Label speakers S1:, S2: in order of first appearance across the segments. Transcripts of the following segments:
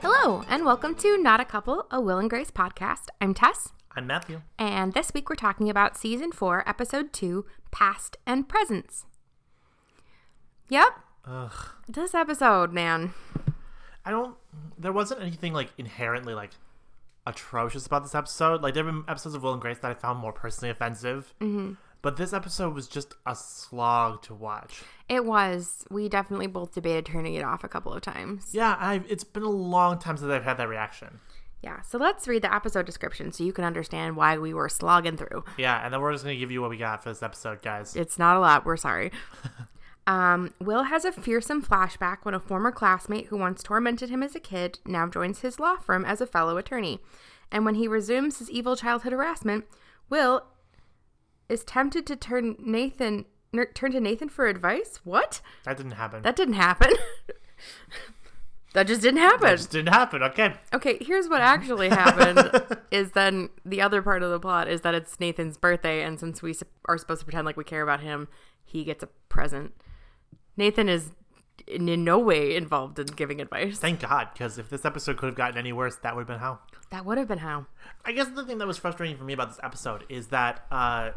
S1: Hello, and welcome to Not a Couple, a Will and Grace podcast. I'm Tess,
S2: I'm Matthew.
S1: and this week we're talking about season four, episode two, Past and Presence. Yep,
S2: Ugh.
S1: this episode, man.
S2: I don't. There wasn't anything like inherently like atrocious about this episode. Like there have been episodes of Will and Grace that I found more personally offensive, mm-hmm. but this episode was just a slog to watch.
S1: It was. We definitely both debated turning it off a couple of times.
S2: Yeah, I've, it's been a long time since I've had that reaction.
S1: Yeah, so let's read the episode description so you can understand why we were slogging through.
S2: Yeah, and then we're just gonna give you what we got for this episode, guys.
S1: It's not a lot. We're sorry. Um, Will has a fearsome flashback when a former classmate who once tormented him as a kid now joins his law firm as a fellow attorney. And when he resumes his evil childhood harassment, Will is tempted to turn Nathan ner- turn to Nathan for advice. What?
S2: That didn't happen.
S1: That didn't happen. that just didn't happen.
S2: just didn't happen. Okay.
S1: Okay, here's what actually happened is then the other part of the plot is that it's Nathan's birthday, and since we sup- are supposed to pretend like we care about him, he gets a present. Nathan is in, in no way involved in giving advice.
S2: Thank God, because if this episode could have gotten any worse, that would have been how.
S1: that would have been how.
S2: I guess the thing that was frustrating for me about this episode is that uh,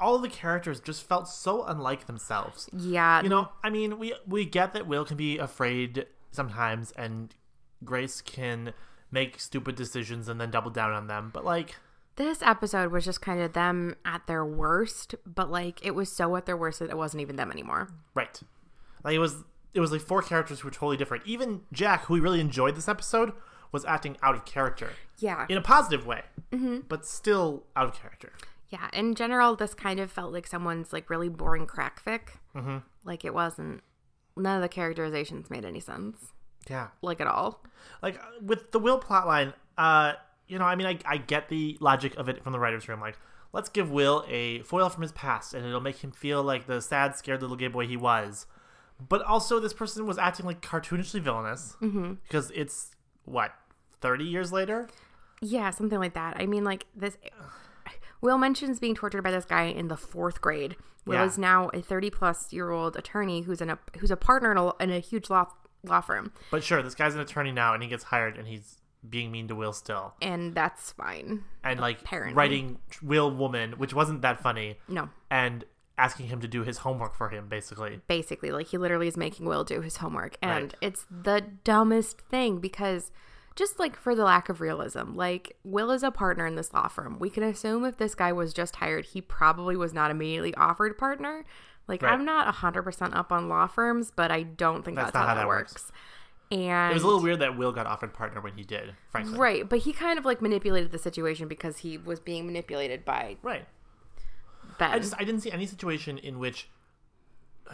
S2: all of the characters just felt so unlike themselves.
S1: Yeah.
S2: you know i mean we we get that will can be afraid sometimes and grace can make stupid decisions and then double down on them but like
S1: this episode was just kind of them at their worst, but like it was so at their worst that it wasn't even them anymore.
S2: right like it was it was like four characters who were totally different even jack who we really enjoyed this episode was acting out of character
S1: Yeah.
S2: in a positive way but still out of character
S1: Yeah, in general, this kind of felt like someone's like really boring crack fic. Mm-hmm. Like it wasn't. None of the characterizations made any sense,
S2: yeah
S1: like at all.
S2: like uh, with the will plotline uh you know i mean I, I get the logic of it from the writers room like let's give will a foil from his past and it'll make him feel like the sad scared little gay boy he was but also this person was acting like cartoonishly villainous because it's what 30 years later
S1: Yeah, something like that. I mean, like this. Will mentions being tortured by this guy in the fourth grade. Will
S2: Yeah.
S1: is now a thirty-plus-year-old attorney who's in a who's a partner in a, in a huge law law firm,
S2: but sure this guy's an attorney now and he gets hired and he's being mean to will still
S1: and that's fine.
S2: and like
S1: Apparently.
S2: writing will woman which wasn't that funny
S1: No,
S2: and asking him to do his homework for him basically
S1: basically like he literally is making will do his homework and
S2: Right.
S1: it's the dumbest thing because just like for the lack of realism like will is a partner in this law firm we can assume if this guy was just hired he probably was not immediately offered partner like
S2: Right.
S1: i'm not 100% up on law firms but i don't think that's, how, that works, and
S2: it was a little weird that will got offered partner when he did frankly
S1: right but he kind of like manipulated the situation because he was being manipulated by
S2: Right.
S1: ben
S2: I just I didn't see any situation in which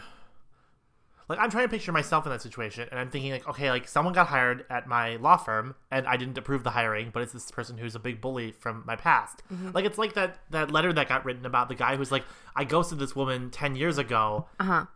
S2: like I'm trying to picture myself in that situation and I'm thinking like okay like someone got hired at my law firm and I didn't approve the hiring but it's this person who's a big bully from my past.
S1: Mm-hmm.
S2: Like it's like that that letter that got written about the guy who's like I ghosted this woman 10 years ago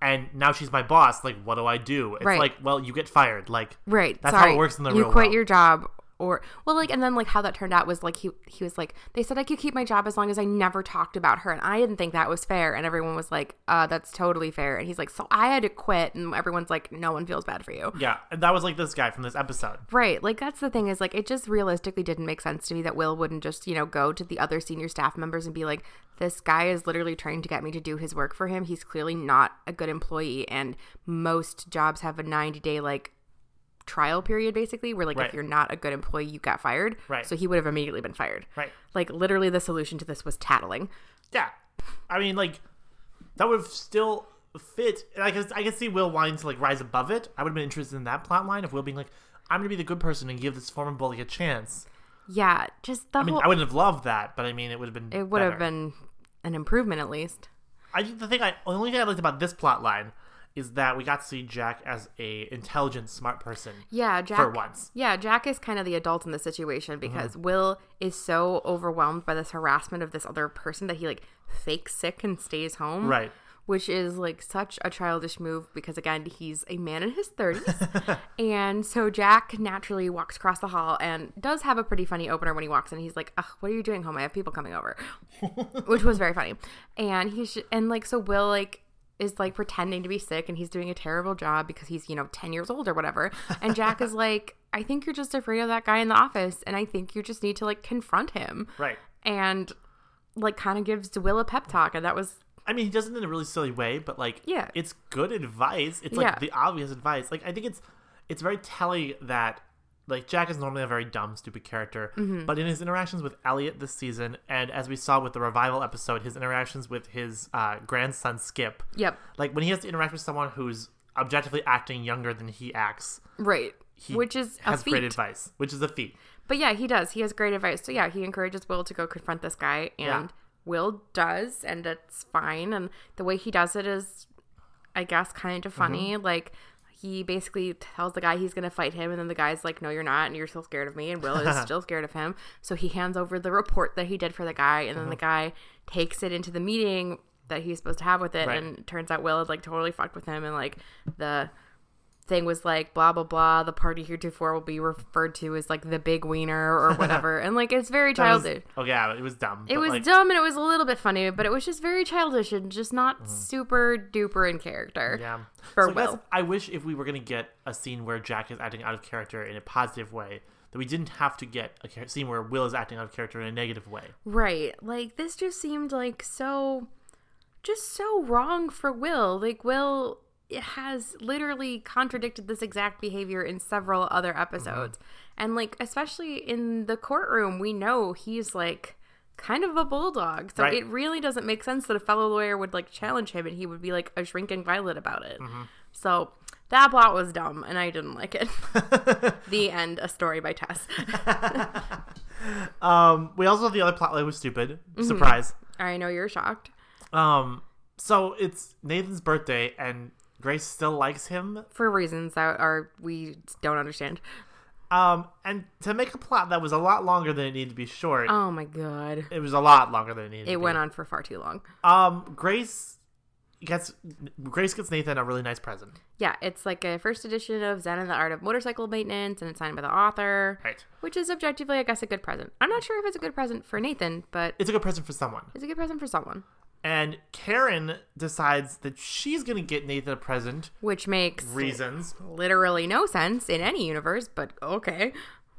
S2: and now she's my boss like what do I do? It's
S1: Uh-huh. Right.
S2: like well you get fired like
S1: Right.
S2: That's how it
S1: sorry.
S2: works in the
S1: you
S2: real
S1: quit
S2: world.
S1: your job or well like and then like how that turned out was like he he was like they said I could keep my job as long as I never talked about her and I didn't think that was fair and everyone was like uh that's totally fair and he's like so I had to quit and everyone's like no one feels bad for you.
S2: yeah and that was like this guy from this episode.
S1: Right. Like that's the thing is like it just realistically didn't make sense to me that Will wouldn't just, you know, go to the other senior staff members and be like, This guy is literally trying to get me to do his work for him. He's clearly not a good employee and most jobs have a ninety day like trial period basically where like if
S2: Right.
S1: you're not a good employee you got fired.
S2: Right.
S1: So he would have immediately been fired.
S2: Right.
S1: Like literally the solution to this was tattling.
S2: Yeah, I mean, like that would have still fit. And I guess I can see Will wanting to like rise above it. I would have been interested in that plot line of Will being like, "I'm gonna be the good person and give this former bully a chance."
S1: Yeah. Just the
S2: I mean,
S1: whole
S2: I wouldn't have loved that, but I mean, it would have been.
S1: it would have
S2: better.
S1: been an improvement at least.
S2: I think the thing I the only thing I liked about this plot line is that we got to see Jack as a intelligent, smart person.
S1: Yeah, Jack.
S2: once. Mm-hmm.
S1: Yeah, Jack is kind of the adult in the situation because Will is so overwhelmed by this harassment of this other person that he like fakes sick and stays home.
S2: Right.
S1: Which is like such a childish move because again, he's a man in his 30s. and so Jack naturally walks across the hall and does have a pretty funny opener when he walks in. He's like, Ugh, what are you doing home? I have people coming over which was very funny. And he sh- and like so Will like is like pretending to be sick and he's doing a terrible job because he's, you know, 10 years old or whatever. And Jack is like, I think you're just afraid of that guy in the office and I think you just need to like confront him.
S2: Right.
S1: And like kind of gives Will a pep talk. And that was,
S2: I mean, he does it in a really silly way, but like,
S1: Yeah.
S2: it's good advice. It's like
S1: Yeah.
S2: the obvious advice. Like, I think it's it's very telling that like Jack is normally a very dumb, stupid character,
S1: Mm-hmm.
S2: but in his interactions with Elliot this season, and as we saw with the revival episode, his interactions with his uh, grandson Skip,
S1: yep,
S2: like when he has to interact with someone who's objectively acting younger than he acts,
S1: right.
S2: he
S1: Which is a
S2: has
S1: feat.
S2: great advice, which is a feat.
S1: But yeah, he does. He has great advice. So yeah, he encourages Will to go confront this guy, and
S2: Yeah.
S1: Will does, and it's fine. And the way he does it is, I guess, kind of funny.
S2: Mm-hmm.
S1: Like he basically tells the guy he's going to fight him, and then the guy's like, "No, you're not, and you're still scared of me." And Will is still scared of him, so he hands over the report that he did for the guy, and then the
S2: Mm-hmm.
S1: guy takes it into the meeting that he's supposed to have with it,
S2: Right.
S1: and it turns out Will had like totally fucked with him, and like the thing was like blah blah blah the party heretofore will be referred to as like the big wiener or whatever and like it's very
S2: That was-
S1: childish
S2: oh yeah, it was dumb.
S1: it
S2: but,
S1: was
S2: like,
S1: dumb and it was a little bit funny but it was just very childish and just not
S2: Mm-hmm.
S1: super duper in character
S2: Yeah.
S1: for
S2: so I, guess
S1: Will.
S2: I wish if we were going to get a scene where Jack is acting out of character in a positive way, that we didn't have to get a char- scene where Will is acting out of character in a negative way.
S1: right like this just seemed like so just so wrong for will like will has literally contradicted this exact behavior in several other episodes and like especially in the courtroom we know he's like kind of a bulldog so
S2: Right.
S1: it really doesn't make sense that a fellow lawyer would like challenge him and he would be like a shrinking violet about it so that plot was dumb and i didn't like it the end a story by tess
S2: Um, we also have the other plotline was stupid.
S1: Mm-hmm.
S2: Surprise.
S1: i know you're shocked
S2: Um, so it's Nathan's birthday, and Grace still likes him.
S1: for reasons that are we don't understand.
S2: Um, and to make a plot that was a lot longer than it needed to be short,
S1: Oh my god.
S2: it was a lot longer than it needed.
S1: It
S2: to
S1: went
S2: be.
S1: on for far too long.
S2: Um, Grace gets Grace gets Nathan a really nice present.
S1: Yeah, it's like a first edition of Zen and the Art of Motorcycle Maintenance and it's signed by the author,
S2: Right.
S1: which is objectively I guess a good present. I'm not sure if it's a good present for Nathan, but
S2: It's a good present for someone.
S1: it's a good present for someone,
S2: And Karen decides that she's going to get Nathan a present.
S1: which makes
S2: Reasons.
S1: literally no sense in any universe, but okay.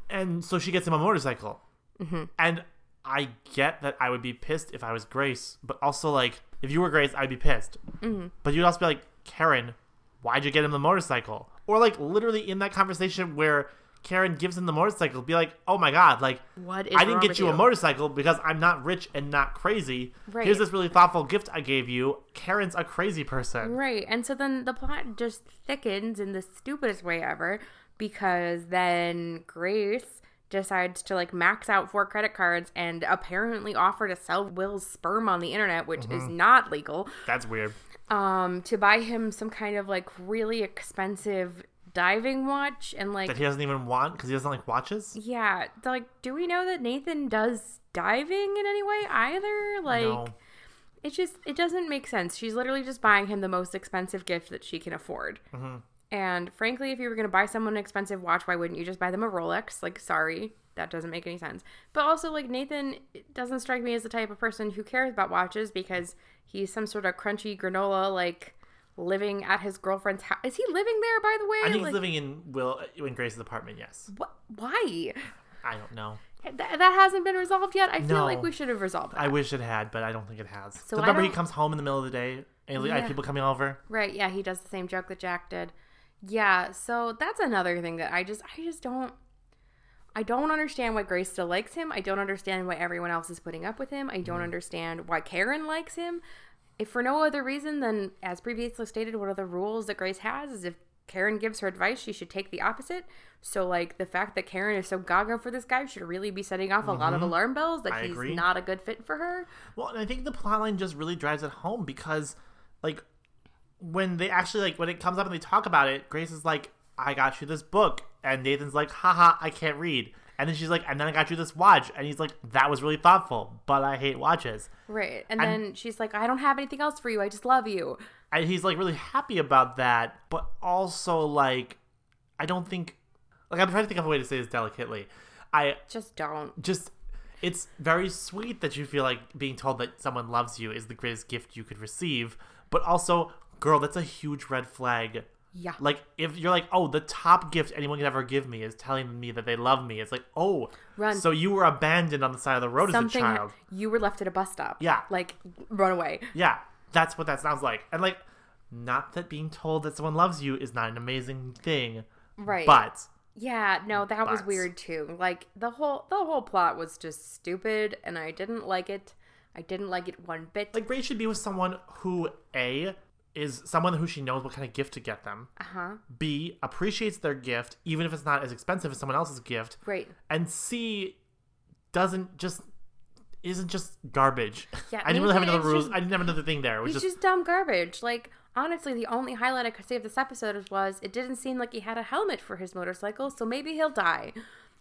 S2: And so she gets him a motorcycle.
S1: Mm-hmm.
S2: And I get that I would be pissed if I was Grace, but also, like, if you were Grace, I'd be pissed.
S1: Mm-hmm.
S2: But you'd also be like, Karen, why'd you get him the motorcycle? Or, like, literally in that conversation where Karen gives him the motorcycle, be like, oh my God, like,
S1: What is
S2: I didn't
S1: wrong
S2: get
S1: with
S2: you, a
S1: you?"
S2: motorcycle because I'm not rich and not crazy.
S1: Right.
S2: Here's this really thoughtful gift I gave you. Karen's a crazy person.
S1: Right. And so then the plot just thickens in the stupidest way ever because then Grace decides to like max out four credit cards and apparently offer to sell Will's sperm on the internet, which is
S2: Mm-hmm.
S1: not legal,
S2: That's weird.
S1: um, to buy him some kind of like really expensive diving watch and like
S2: that he doesn't even want because he doesn't like watches.
S1: yeah, like do we know that Nathan does diving in any way either? Like
S2: no,
S1: it just it doesn't make sense she's literally just buying him the most expensive gift that she can afford
S2: Mm-hmm.
S1: and frankly if you were going to buy someone an expensive watch why wouldn't you just buy them a rolex like sorry that doesn't make any sense but also like nathan doesn't strike me as the type of person who cares about watches because he's some sort of crunchy granola like living at his girlfriend's house is he living there by the way
S2: I think
S1: Like,
S2: he's living in Will in Grace's apartment. Yes,
S1: wh- why
S2: I don't know.
S1: Th- that hasn't been resolved yet i feel
S2: No.
S1: like we should have resolved that
S2: I wish it had, but I don't think it has.
S1: Uh, I
S2: remember, he
S1: don't-
S2: comes home in the middle of the day. And he- I
S1: Yeah.
S2: have people coming over.
S1: Right. Yeah, he does the same joke that Jack did. Yeah. So that's another thing that I just I just don't I don't understand why Grace still likes him. I don't understand why everyone else is putting up with him. I
S2: Mm-hmm.
S1: don't understand why Karen likes him. If for no other reason than as previously stated, one of the rules that Grace has is if Karen gives her advice, she should take the opposite. So like the fact that Karen is so gaga for this guy should really be setting off a lot of alarm bells that
S2: Mm-hmm. I
S1: he's
S2: agree.
S1: not a good fit for her.
S2: Well, and I think the plot line just really drives it home because, like, when they actually like when it comes up and they talk about it, Grace is like, "I got you this book," and Nathan's like, "Haha, I can't read." And then she's like, "And then I got you this watch," and he's like, "That was really thoughtful, but I hate watches."
S1: Right. And then she's like, I don't have anything else for you. I just love you.
S2: and he's like really happy about that but also like i don't think like i'm trying to think of a way to say this delicately i
S1: Just don't.
S2: just it's very sweet that you feel like being told that someone loves you is the greatest gift you could receive but also girl, that's a huge red flag.
S1: Yeah.
S2: Like, if you're like, oh, the top gift anyone could ever give me is telling me that they love me, it's like, oh,
S1: Run.
S2: so you were abandoned on the side of the road
S1: Something
S2: as a child.
S1: you were left at a bus stop.
S2: Yeah.
S1: Like run away.
S2: Yeah, that's what that sounds like. And like, not that being told that someone loves you is not an amazing thing,
S1: Right.
S2: but
S1: Yeah, no, that was
S2: But-
S1: weird too. Like the whole the whole plot was just stupid and I didn't like it. I didn't like it one bit.
S2: like Ray should be with someone who a is someone who she knows what kind of gift to get them.
S1: uh-huh.
S2: B appreciates their gift even if it's not as expensive as someone else's gift,
S1: Right.
S2: and C doesn't just isn't just garbage.
S1: Yeah,
S2: I didn't really have
S1: maybe
S2: another
S1: it's
S2: rules.
S1: just-
S2: I didn't have another thing there. It was
S1: He's
S2: just,
S1: just dumb garbage. Like honestly, the only highlight I could say of this episode was it didn't seem like he had a helmet for his motorcycle, so maybe he'll die.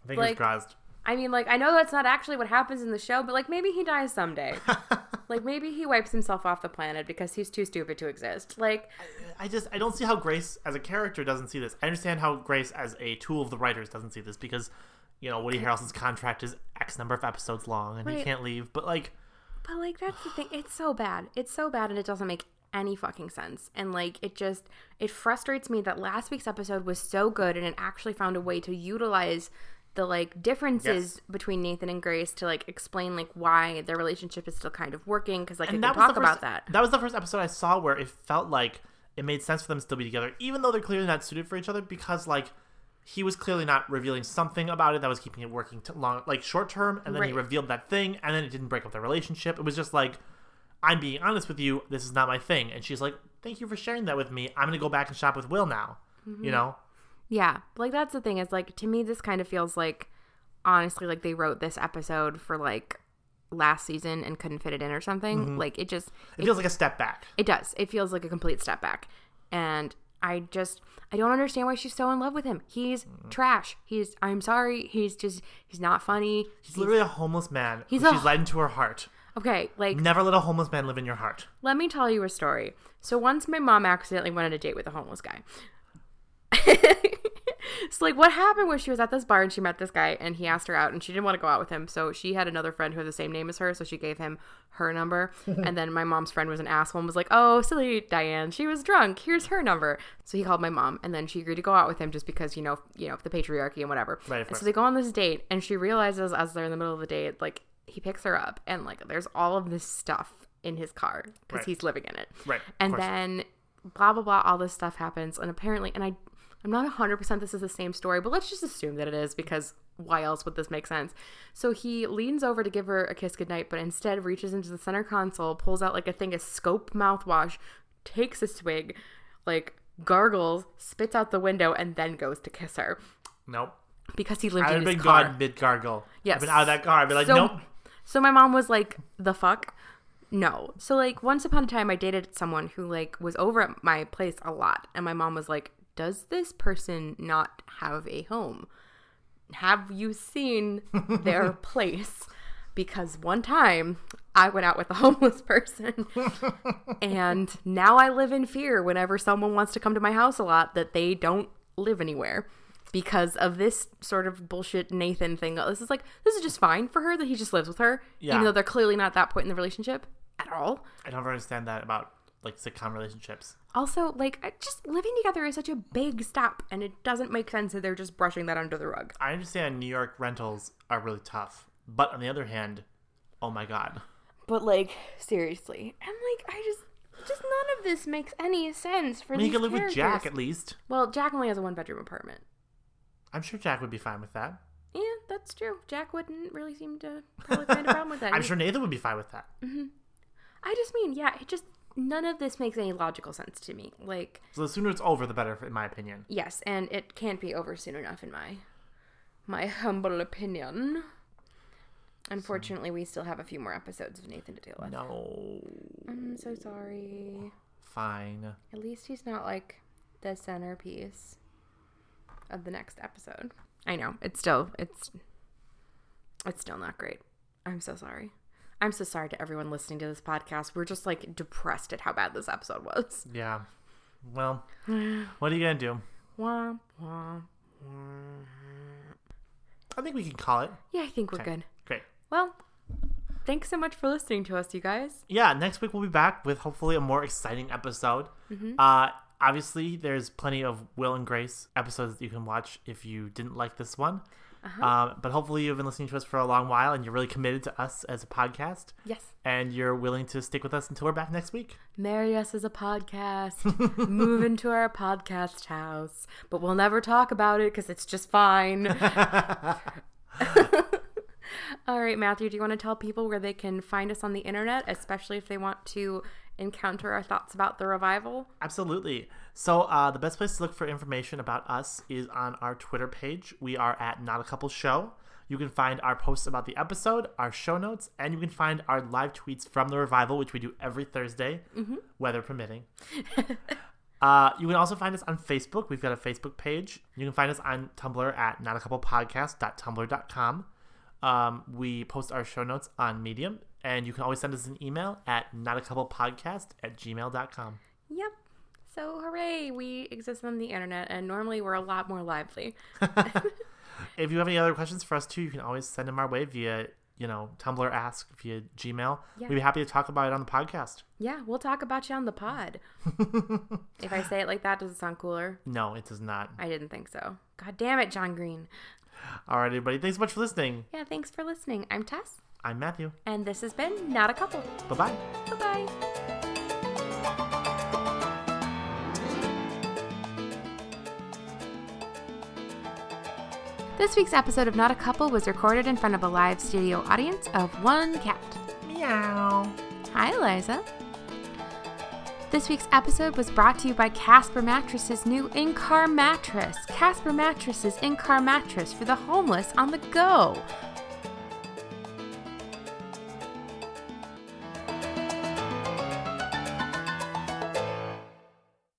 S2: fingers
S1: like-
S2: crossed.
S1: I mean, like I know that's not actually what happens in the show, but like maybe he dies someday. like maybe he wipes himself off the planet because he's too stupid to exist. Like
S2: I just I don't see how Grace as a character doesn't see this. I understand how Grace as a tool of the writers doesn't see this because you know Woody Harrelson's contract is X number of episodes long and he
S1: Right.
S2: can't leave. But like,
S1: But like that's the thing. It's so bad. It's so bad and it doesn't make any fucking sense. And like it just it frustrates me that last week's episode was so good and it actually found a way to utilize the like differences between Nathan and Grace to like explain like why their relationship is still kind of working cuz like I can
S2: that
S1: talk
S2: was the
S1: about
S2: first,
S1: that.
S2: was the first episode I saw where it felt like it made sense for them to still be together, even though they're clearly not suited for each other, because like he was clearly not revealing something about it that was keeping it working t- long, like short term, and then he
S1: Right.
S2: revealed that thing, and then it didn't break up their relationship. It was just like, I'm being honest with you, this is not my thing, and she's like, thank you for sharing that with me. I'm gonna go back and shop with Will now,
S1: Mm-hmm.
S2: you know.
S1: Yeah. Like that's the thing is like to me this kind of feels like honestly like they wrote this episode for like last season and couldn't fit it in or something.
S2: Mm-hmm.
S1: Like it just
S2: It feels like a step back.
S1: It does. It feels like a complete step back. And I just I don't understand why she's so in love with him. He's trash. He's I'm sorry. He's just he's not funny.
S2: He's literally a homeless man
S1: He's
S2: who
S1: a-
S2: she's led into her heart.
S1: Okay, like
S2: Never let a homeless man live in your heart.
S1: let me tell you a story. So once my mom accidentally went on a date with a homeless guy. so like what happened was she was at this bar and she met this guy and he asked her out and she didn't want to go out with him. So she had another friend who had the same name as her, so she gave him her number. and then my mom's friend was an asshole and was like, Oh, silly Diane, she was drunk. Here's her number. So he called my mom and then she agreed to go out with him just because, you know, you know, the patriarchy and whatever.
S2: Right, of
S1: And
S2: course.
S1: so they go on this date and she realizes as they're in the middle of the date, like he picks her up and like there's all of this stuff in his car because
S2: Right.
S1: he's living in it.
S2: Right, of
S1: And
S2: course.
S1: then blah blah blah, all this stuff happens, and apparently, and I, I'm not hundred percent this is the same story, but let's just assume that it is because why else would this make sense? So he leans over to give her a kiss goodnight, but instead reaches into the center console, pulls out like a thing of scope mouthwash, takes a swig, like gargles, spits out the window, and then goes to kiss her
S2: Nope.
S1: because he lived
S2: I've
S1: in his
S2: been
S1: car.
S2: gone mid gargle.
S1: Yes.
S2: I've been out of that car. I've been like,
S1: so,
S2: nope.
S1: So my mom was like, "The fuck." No. So like once upon a time I dated someone who like was over at my place a lot and my mom was like, "Does this person not have a home? Have you seen their place?" Because one time I went out with a homeless person and now I live in fear whenever someone wants to come to my house a lot that they don't live anywhere because of this sort of bullshit Nathan thing. This is like this is just fine for her that he just lives with her,
S2: Yeah.
S1: even though they're clearly not at that point in the relationship at all.
S2: I don't understand that about like sitcom relationships.
S1: Also, like I- just living together is such a big step, and it doesn't make sense that they're just brushing that under the rug.
S2: I understand New York rentals are really tough, but on the other hand, oh my god,
S1: But like seriously, and like I just. Just none of this makes any sense for
S2: I mean,
S1: these
S2: you can live with
S1: characters.
S2: Jack at least.
S1: Well, Jack only has a one-bedroom apartment.
S2: I'm sure Jack would be fine with that.
S1: Yeah, that's true. Jack wouldn't really seem to probably find a problem with that.
S2: I'm
S1: He-
S2: sure Nathan would be fine with that.
S1: I just mean, yeah, it just none of this makes any logical sense to me. Like,
S2: So the sooner it's over, the better, in my opinion.
S1: yes, and it can't be over soon enough in my my humble opinion. Unfortunately, we still have a few more episodes of Nathan to deal with.
S2: No,
S1: I'm so sorry.
S2: fine.
S1: At least he's not like the centerpiece of the next episode. I know. It's still it's it's still not great. I'm so sorry. I'm so sorry to everyone listening to this podcast. We're just like depressed at how bad this episode was.
S2: Yeah. Well, what are you gonna do?
S1: Wah, wah.
S2: I think we can call it.
S1: Yeah, I think we're good.
S2: Great.
S1: Well, Thanks so much for listening to us, you guys.
S2: yeah, next week we'll be back with hopefully a more exciting episode. Uh, obviously, there's plenty of Will and Grace episodes that you can watch if you didn't like this one. Uh, but hopefully, you've been listening to us for a long while and you're really committed to us as a podcast
S1: Yes.
S2: and you're willing to stick with us until we're back next week.
S1: Marry us as a podcast. Move into our podcast house. But we'll never talk about it because it's just fine. All right, Matthew, do you want to tell people where they can find us on the internet, especially if they want to encounter our thoughts about the revival?
S2: Absolutely. So uh, the best place to look for information about us is on our Twitter page. We are at Not a Couple Show. You can find our posts about the episode, our show notes, and you can find our live tweets from the revival, which we do every Thursday, weather permitting. uh, you can also find us on Facebook. We've got a Facebook page. You can find us on Tumblr at notacouplepodcast.tumblr.com. Um, we post our show notes on Medium, and you can always send us an email at notacouplepodcast at gmail.com.
S1: Yep. So, hooray, we exist on the internet, and normally we're a lot more lively.
S2: If you have any other questions for us too, you can always send them our way via, you know, Tumblr ask, via Gmail.
S1: Yeah.
S2: We'd be happy to talk about it on the podcast.
S1: Yeah, we'll talk about you on the pod. if I say it like that, does it sound cooler?
S2: No, it does not.
S1: I didn't think so. God damn it, John Green.
S2: All right, everybody. Thanks so much for listening.
S1: Yeah, thanks for listening. I'm Tess,
S2: I'm Matthew.
S1: and this has been Not a Couple.
S2: Bye bye.
S1: Bye bye. This week's episode of Not a Couple was recorded in front of a live studio audience of one cat.
S2: Meow.
S1: Hi, Eliza. This week's episode was brought to you by Casper Mattress's new in car mattress. Casper Mattress's in car mattress for the homeless on the go.